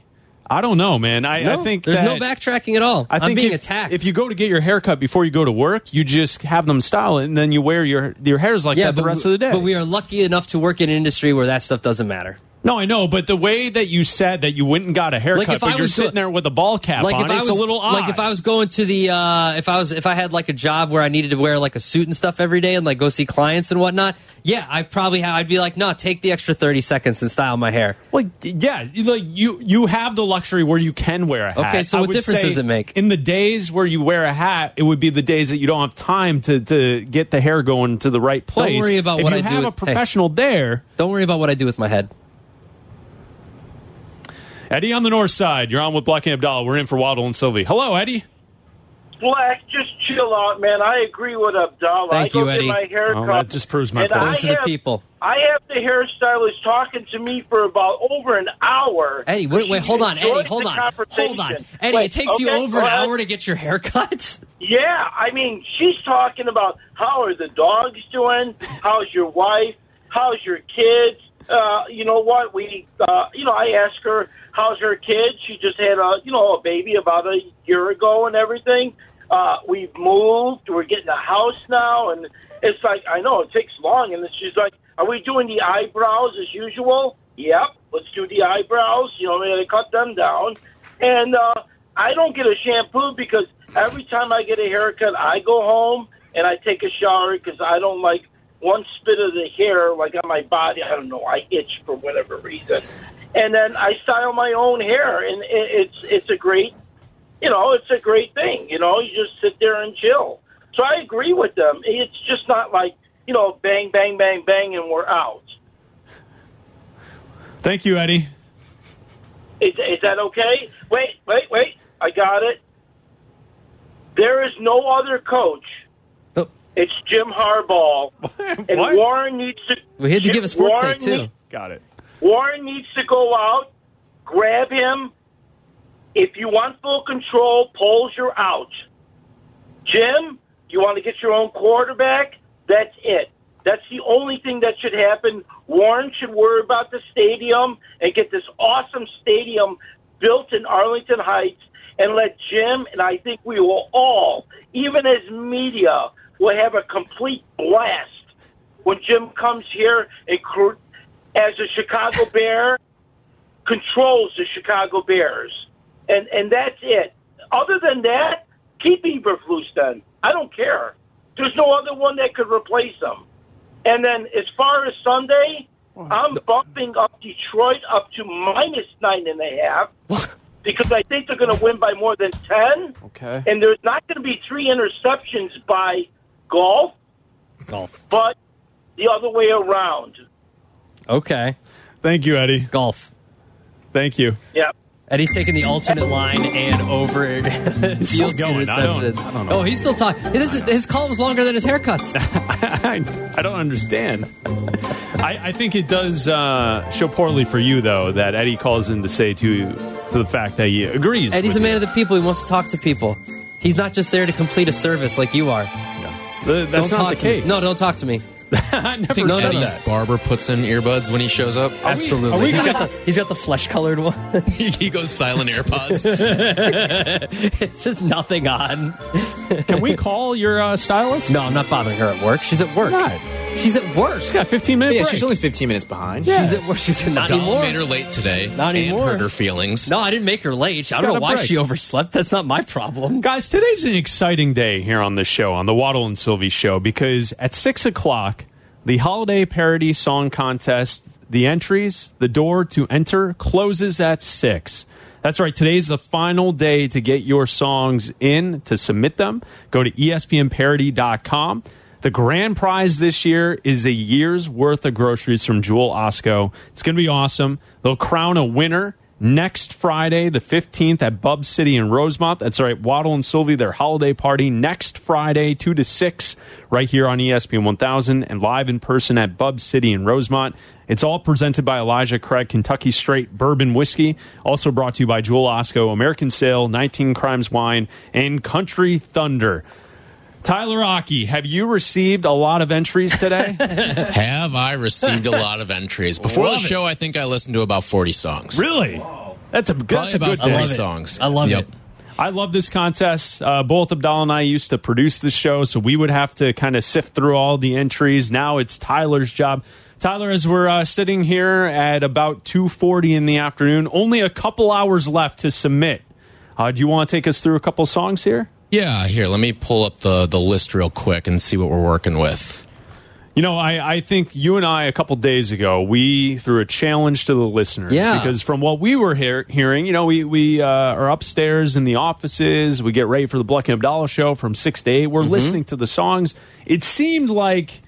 I don't know, man. I, I
No,
think
there's no
that-
backtracking at all.
I
I'm
think
being
if,
attacked.
If you go to get your hair cut before you go to work, you just have them style it, and then you wear your your hair's like that the
but
rest
we-
of the day.
But we are lucky enough to work in an industry where that stuff doesn't matter.
no, I know, but the way that you said that you went and got a haircut,
Like if
but
I
you're
was go-
sitting there with a ball cap on,
if I
it's
was
a little odd.
like if I was going to the uh, if I was if I had like a job where I needed to wear like a suit and stuff every day and like go see clients and whatnot. Yeah, I probably have, I'd be like, no, take the extra thirty seconds and style my hair.
Like yeah, you- like you you have the luxury where you can wear a hat.
Okay, so
I
what
would
difference
say
does it make?
In the days where you wear a hat, it would be the days that you don't have time to to get the hair going to the right place.
Don't worry about
If
what
you
I do.
have
with-
a professional
hey,
there.
Don't worry about what I do with my head.
Eddie on the north side. You're on with Blocky Abdallah. We're in for Waddle and Sylvie. Hello, Eddie.
Black, just chill out, man. I agree with Abdallah.
Thank
I go
you,
get
Eddie.
my hair
Well,
cut,
that just proves my
and
point.
I
Listen to
have-
people.
I have the hairstylist talking to me for about over an hour.
Eddie, wait, wait,
She
hold on,
enjoys
Eddie, hold
the
on, hold on,
conversation.
Eddie.
Wait,
it takes you
okay,
over an
well,
hour to get your hair cut.
Yeah, I mean, she's talking about how are the dogs doing? How's your wife? How's your kids? Uh, you know what? We, uh, you know, I asked her how's her kids. She just had a, you know, a baby about a year ago and everything. Uh, we've moved. We're getting a house now, and it's like I know it takes long. And then she's like, "Are we doing the eyebrows as usual?" Yep. Let's do the eyebrows. You know, they cut them down, and uh, I don't get a shampoo because every time I get a haircut, I go home and I take a shower because I don't like one spit of the hair like on my body. I don't know. I itch for whatever reason, and then I style my own hair, and it, it's it's a great, you know, it's a great thing. You know, you just sit there and chill. So I agree with them. It's just not like you know, bang, bang, bang, bang, and we're out.
Thank you, Eddie.
Is, is that okay? Wait, wait, wait. I got it. There is no other coach. It's Jim Harbaugh. And
Oh. What?
Warren needs to.
We had to
Jim-
give a sports
Warren
take too.
need-
Got it.
Warren needs to go out, grab him. If you want full control, polls you're out. Jim, you want to get your own quarterback? That's it. That's the only thing that should happen. Warren should worry about the stadium and get this awesome stadium built in Arlington Heights and let Jim and I think we will all, even as media, will have a complete blast when Jim comes here and cr- as a Chicago Bear controls the Chicago Bears, and and that's it. Other than that, keep Eberflus. Then I don't care. There's no other one that could replace him. And then as far as Sunday, I'm bumping up Detroit up to minus nine and a half because I think they're going to win by more than ten.
Okay.
And there's not going to be three interceptions by golf,
Golf.
but the other way around.
Okay.
Thank you, Eddie.
Golf.
Thank you.
Yeah.
Eddie's taking the alternate line and over
Still
field
going. I don't-
interceptions.
I don't know.
Oh, he's still talking. This is, his call was longer than his haircuts.
I, I don't understand. I, I think it does uh, show poorly for you though that Eddie calls in to say to to the fact that he agrees.
Eddie's a
with
man of the people. He wants to talk to people. He's not just there to complete a service like you are.
Th- that's not
don't talk
the
to me.
case.
No, don't talk to me.
I never
think
No, no,
Eddie's
no.
barber puts in earbuds when he shows up.
Absolutely.
Are we
he's
gonna-
got the he's got the flesh colored one.
he goes silent AirPods.
it's just nothing on.
Can we call your uh, stylist?
No, I'm not bothering her at work. She's at work. She's at work. She's
got 15 minutes.
Yeah, she's only 15 minutes behind.
She's at work. She's not
Abdallah
anymore.
made her late today.
Not
and
anymore.
hurt her feelings.
No, I didn't make her late. I
got
don't know
a
why
break.
she overslept. That's not my problem.
Guys, today's an exciting day here on the show, on the Waddle and Sylvie show, because at 6 o'clock, the holiday parody song contest, the entries, the door to enter closes at 6. That's right, today's the final day to get your songs in, to submit them. Go to E espnparody.com. The grand prize this year is a year's worth of groceries from Jewel Osco. It's going to be awesome. They'll crown a winner next Friday, the 15th, at Bub City in Rosemont. That's right, Waddle and Sylvie, their holiday party next Friday, 2 to 6, right here on E ESPN 1000 and live in person at Bub City in Rosemont. It's all presented by Elijah Craig, Kentucky Straight Bourbon Whiskey. Also brought to you by Jewel Osco, American Sale, 19 Crimes Wine, and Country Thunder. Tyler Rocky, have you received a lot of entries today?
Have I received a lot of entries before the
Love it.
show? I think I listened to about forty songs.
Really? That's a
Probably
that's a
about
good day.
forty songs. Yep.
I love this contest. Uh, both Abdallah and I used to produce the show, so we would have to kind of sift through all the entries. Now it's Tyler's job. Tyler, as we're uh, sitting here at about two forty in the afternoon, only a couple hours left to submit. Uh, do you want to take us through a couple songs here?
Yeah, here, let me pull up the, the list real quick and see what we're working with.
You know, I, I think you and I a couple days ago we threw a challenge to the listeners.
Yeah.
Because from what we were hear- hearing, you know, we we uh, are upstairs in the offices. We get ready for the Bluck and Abdallah show from six to eight. We're
Mm-hmm.
listening to the songs. It seemed like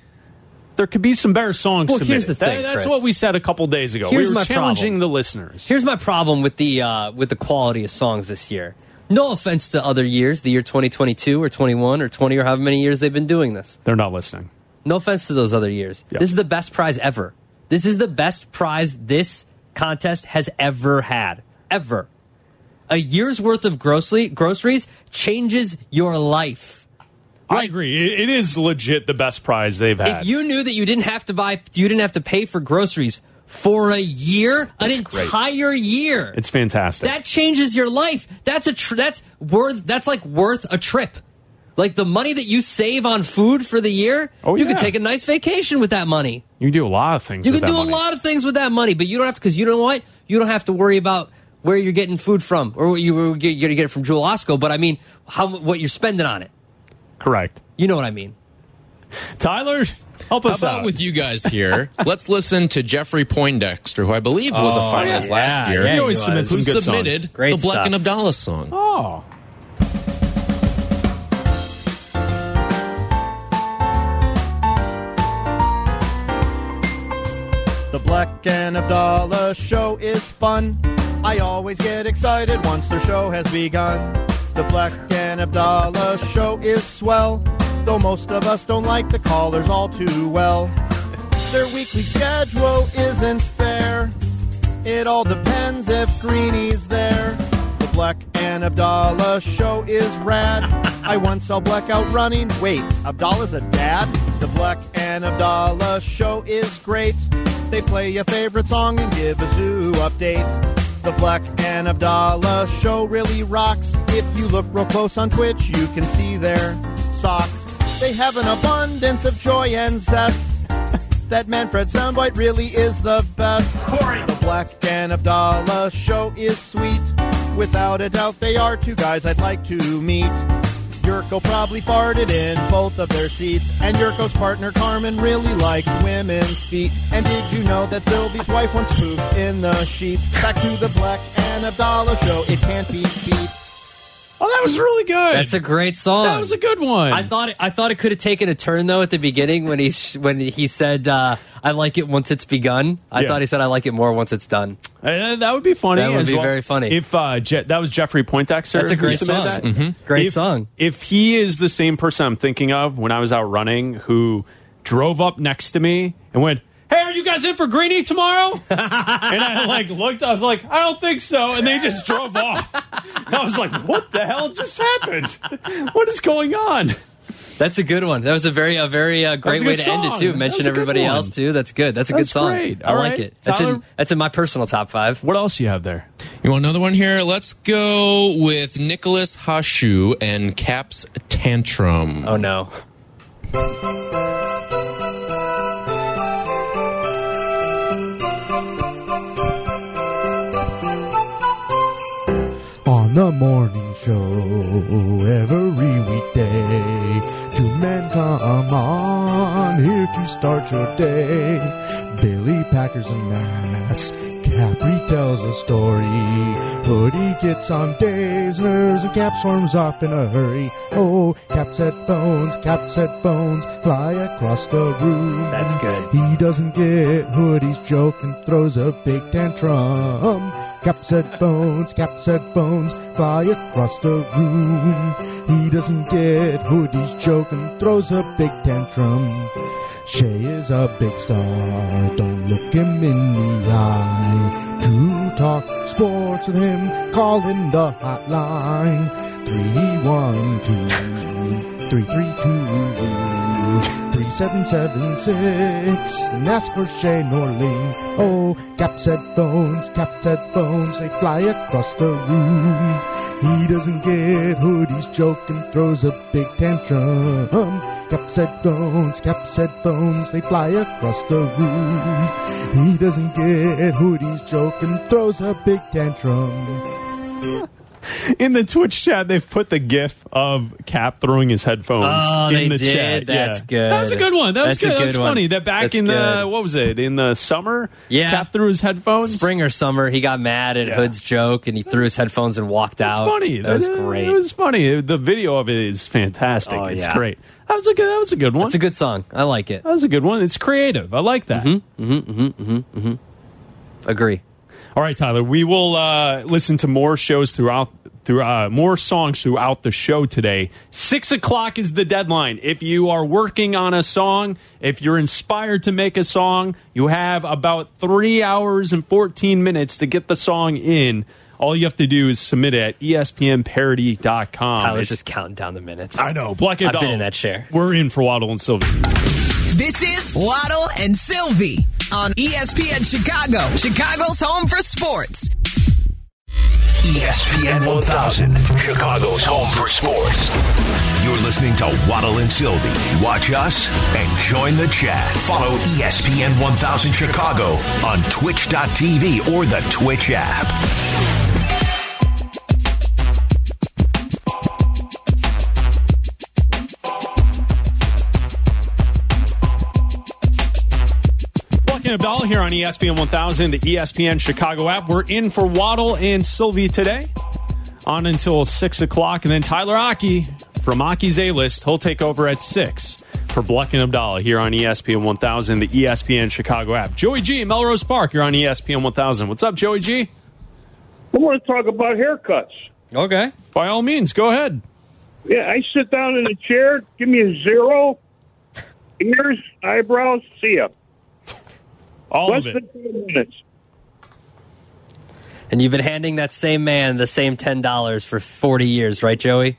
there could be some better songs.
Well,
submitted.
here's the thing,
That- that's
Chris.
what we said a couple days ago.
Here's
we were
my
challenging
problem.
the listeners.
Here's my problem with the uh, with the quality of songs this year. No offense to other years, the year 2022 or 21 or 20 or however many years they've been doing this.
They're not listening.
No offense to those other years. This is the best prize ever. This is the best prize this contest has ever had. Ever. A year's worth of grocery, groceries changes your life.
I agree. It, it is legit the best prize they've had.
If you knew that you didn't have to buy, you didn't have to pay for groceries for a year, an
great.
entire year.
it's fantastic.
That changes your life. That's a tr- that's worth that's like worth a trip. Like the money that you save on food for the year,
Oh,
you
yeah.
could take a nice vacation with that money.
you can do a lot of things.
You
with
can
that
do
money.
a lot of things with that money, but you don't have to because you know what? You don't have to worry about where you're getting food from or what you were get- you're going to get it from Jewel Osco. But I mean, how mu- what you're spending on it?
Correct.
You know what I mean?
Tyler, help
us How about with you guys here? Let's listen to Jeffrey Poindexter, who I believe was a
Oh,
finalist
yeah,
last year.
yeah, He always he submits
who
was. some good
submitted
songs. Great
the Black
stuff.
and Abdallah song.
Oh.
The Black and Abdallah show is fun. I always get excited once their show has begun. The Black and Abdallah show is swell, though most of us don't like the callers all too well. Their weekly schedule isn't fair. It all depends if Greeny's there. The Black and Abdallah show is rad. I once saw Black out running. Wait, Abdallah's a dad? The Black and Abdallah show is great. They play your favorite song and give a zoo update. The Black and Abdallah show really rocks. If you look real close on Twitch, you can see their socks. They have an abundance of joy and zest. That Manfred soundbite really is the best. The Black and Abdallah show is sweet. Without a doubt, they are two guys I'd like to meet. Yurko probably farted in both of their seats, and Yurko's partner Carmen really likes women's feet. And did you know that Sylvie's wife once pooped in the sheets? Back to the Black and Abdallah show, it can't be beat.
Oh, that was really good.
That's a great song. That was a
good one.
I thought it, I thought it could have taken a turn though at the beginning when he sh- when he said uh, I like it once it's begun. I
Yeah.
thought he said I like it more once it's done.
Uh, that would be funny.
That would
as
be
well.
very funny.
If uh, Je- that was Jeffrey Poindexter,
That's a
who
great
submitted
song.
that.
Mhm. Great
if,
song.
If he is the same person I'm thinking of when I was out running, who drove up next to me and went, "Hey, are you guys in for Greenie tomorrow?" and I like looked, I was like, "I don't think so," and they just drove off. And I was like, "What the hell just happened? What is going on?"
That's a good one. That was a very a very uh,
was
great
a
way
good
to end it
song.
too.
That
Mention
was a good
everybody
one.
else too. That's good. That's a good
That's
song.
great.
I
All
like
right.
it. That's
Tyler-
in that's in my personal top five.
What else do you have there?
You want another one here? Let's go with Nicholas Hashu and Cap's Tantrum. Oh,
no.
on the morning show every weekday. Two men come on here to start your day. Billy Packers and Mass. Capri tells a story. Hoodie gets on Dave's nerves and Cap swarms off in a hurry. Oh, Cap's headphones, Cap's headphones fly across the room.
That's good.
He doesn't get Hoodie's joke and throws a big tantrum. Cap's headphones, Cap's headphones fly across the room. He doesn't get Hoodie's joke and throws a big tantrum. Shay is a big star, don't look him in the eye. To talk sports with him, call in the hotline. three one two three three two three seven seven six and ask for Shane Orlean. Oh, Cap's headphones, Cap's headphones, they fly across the room. He doesn't get Hoodie's joke and throws a big tantrum. Cap's headphones, Cap's headphones, they fly across the room. He doesn't get Hoodie's joke and throws a big tantrum.
In the Twitch chat, they've put the GIF of Cap throwing his headphones.
Oh,
in
they
the Chat.
did? That's good.
That was a good one. That was
That's a
good. That was
good one.
funny. That back
That's
in the
good.
what was it? In the summer,
Yeah.
Cap threw his headphones.
Spring or summer, he got mad at Hood's joke and he threw his headphones and walked out.
funny.
That was
That-
great.
It was funny. The video of it is fantastic.
Oh,
it's
yeah.
great. That was a good. That was a good one. It's a
good song. I like it.
That was a good one. It's creative. I like that. Mm-hmm,
mm-hmm, mm-hmm, mm-hmm. Agree.
All right, Tyler. We will uh, listen to more shows throughout. Through, uh, more songs throughout the show today. Six o'clock is the deadline. If you are working on a song, if you're inspired to make a song, you have about three hours and 14 minutes to get the song in. All you have to do is submit it at E espnparody.com.
Tyler's
It's-
just counting down the minutes.
I know. Black and
I've been
Doll.
in that chair.
We're in for Waddle and Sylvie.
This is Waddle and Sylvie on E ESPN Chicago, Chicago's home for sports.
ESPN 1000, Chicago's home for sports. You're listening to Waddle and Sylvie. Watch us and join the chat. Follow ESPN 1000 Chicago on twitch.tv or the Twitch app.
Bucking Abdallah here on E ESPN 1000, the E ESPN Chicago app. We're in for Waddle and Sylvie today, on until 6 o'clock. And then Tyler Aki from Aki's A List, he'll take over at 6 for Bleck and Abdallah here on E ESPN 1000, the E ESPN Chicago app. Joey G, Melrose Park, you're on E ESPN 1000. What's up, Joey G?
I want to talk about haircuts.
Okay. By all means, go ahead.
Yeah, I sit down in a chair, give me a zero, ears, eyebrows, see ya.
All
Less Than 10 minutes.
And you've been handing that same man the same $10 for 40 years, right, Joey?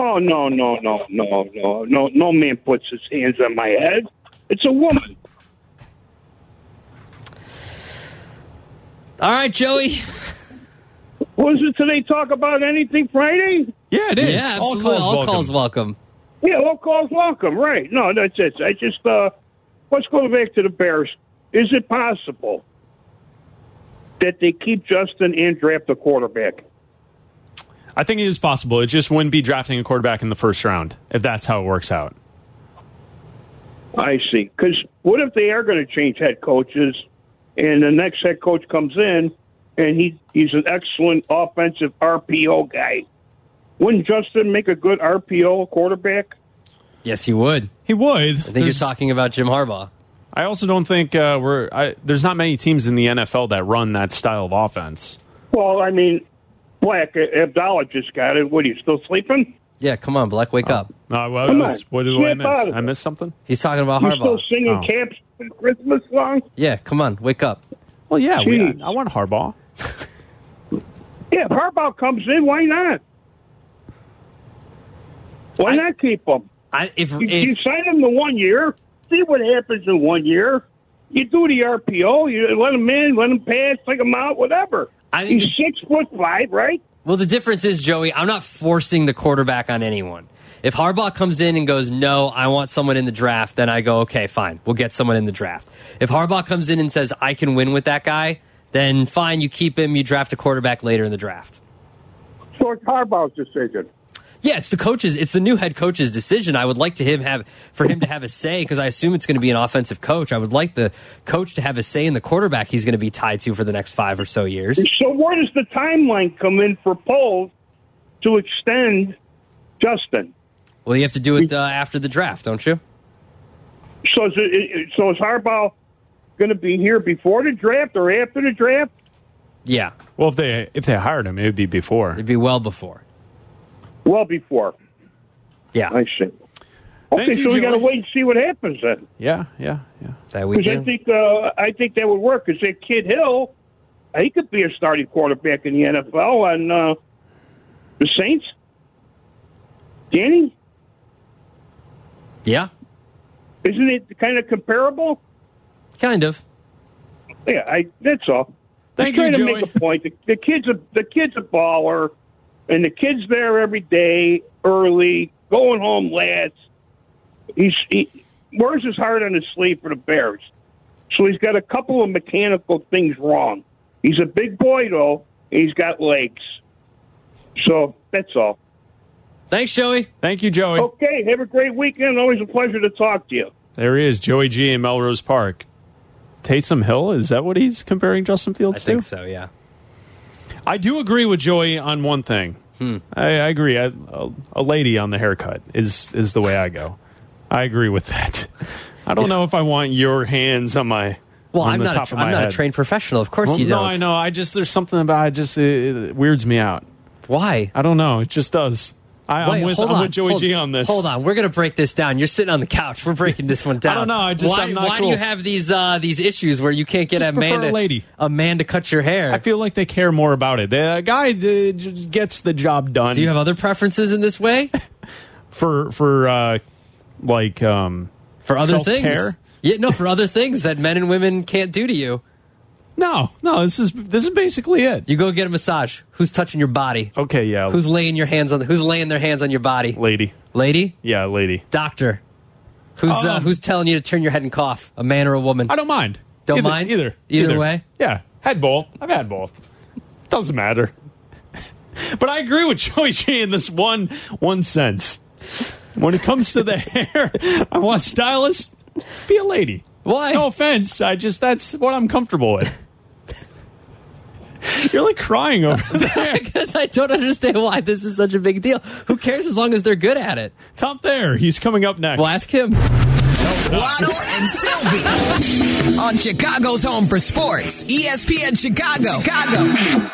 Oh no, no, no, no, no, no! No man puts his hands on my head. It's a woman.
All right, Joey.
Was it today talk about anything Friday?
Yeah,
it is. Yeah, All absolutely. calls All welcome. calls welcome.
Yeah, all calls welcome. Right? No, that's it. I just uh, let's go back to the Bears. Is it possible that they keep Justin and draft a quarterback?
I think it is possible. It just wouldn't be drafting a quarterback in the first round if that's how it works out.
I see. Because what if they are going to change head coaches, and the next head coach comes in, and he he's an excellent offensive RPO guy? Wouldn't Justin make a good RPO quarterback?
Yes, he would.
He would. I think
you're talking about Jim Harbaugh.
I also don't think uh, we're. I, there's not many teams in the NFL that run that style of offense.
Well, I mean, Black Abdallah just got it. What, he's still sleeping?
Yeah, come on, Black, wake up.
Uh, well,
Come was- on, what did I snap miss? out of
I missed something?
He's talking about
You're
Harbaugh.
still singing
Oh.
Caps Christmas song?
Yeah, come on, wake up.
Well, yeah,
we- Jeez.
I want Harbaugh.
Yeah, if Harbaugh comes in, why not? Why not keep him?
I, if,
you, you sign him to one year, see what happens in one year. You do the RPO, you let him in, let him pass, take him out, whatever.
I think
He's six foot five, right?
Well, the difference is, Joey, I'm not forcing the quarterback on anyone. If Harbaugh comes in and goes, no, I want someone in the draft, then I go, okay, fine, we'll get someone in the draft. If Harbaugh comes in and says, I can win with that guy, then fine, you keep him, you draft a quarterback later in the draft.
So it's Harbaugh's decision.
Yeah, it's the coaches. It's the new head coach's decision. I would like to him have for him to have a say because I assume it's going to be an offensive coach. I would like the coach to have a say in the quarterback he's going to be tied to for the next five or so years.
So where does the timeline come in for polls to extend Justin?
Well, you have to do it uh, after the draft, don't you?
So is, it, it- so is Harbaugh going to be here before the draft or after the draft?
Yeah.
Well, if they if they hired him, it would be before. It'd
be well before.
Well, before.
Yeah,
I see. Okay,
Thank you,
so we got to
Joey.
wait and see what happens then.
Yeah, yeah, yeah.
That
Because I think uh, I think that would work. Because that kid Hill, he could be a starting quarterback in the NFL, and uh, The Saints? Danny?
Yeah.
Isn't it kind of comparable?
Kind of.
Yeah, I. That's all.
Thank
I'm
you,
trying to
Joey.
make a point. The, the kid's a the kid's a baller, and the kid's there every day early, going home last. He's he wears his heart on his sleeve for the Bears, so he's got a couple of mechanical things wrong. He's a big boy though, and he's got legs. So that's all.
Thanks, Joey.
Thank you, Joey.
Okay, have a great weekend. Always a pleasure to talk to you.
There he is, Joey G in Melrose Park. Taysom Hill, is that what he's comparing Justin Fields to? I think
so, yeah.
I do agree with Joey on one thing. I, I agree. I- A a lady on the haircut is, is the way I go. I agree with that. I don't know if I want your hands on my.
Well,
on
I'm
the
not.
top
A,
of my
I'm not a
head.
trained professional. Of course
Well,
you don't.
No, I know. I just there's something about it. Just it, it weirds me out.
Why?
I don't know. It just does. I,
Wait,
I'm with
hold
I'm
on,
with Joey
hold-
G on this.
Hold on, we're gonna break this down. You're sitting on the couch. We're breaking this one down.
don't know, I just-
why,
I'm not
why
cool.
do you have these uh, these issues where you can't get
Just
a
prefer
man to
a lady.
a man to cut your hair?
I feel like they care more about it. The guy uh, j- j- gets the job done. Do you
have other preferences in this way?
for for uh, like um,
for other
self-care?
things. Yeah, no, for other things that men and women can't do to you.
No, no, this is this is basically it.
You go get a massage. Who's touching your body?
Okay, yeah.
Who's laying your hands on? Who's laying their hands on your body?
Lady.
Lady.
Yeah, lady.
Doctor. Who's uh,
Um,
who's telling you to turn your head and cough? A man or a woman? I
don't mind.
Don't
Either-
mind
either,
Either, way.
Yeah, head bowl. I've had both. Doesn't matter. But I agree with Joey G in this one one sense. When it comes to the hair, I want a stylist. Be a lady.
Why?
No offense. I just that's what I'm comfortable with. You're like crying over there
because I don't understand why this is such a big deal. Who cares as long as they're good at it?
Tom there. He's coming up next.
Well, ask him.
Waddle and E Sylvie on Chicago's Home for Sports, ESPN Chicago. Chicago.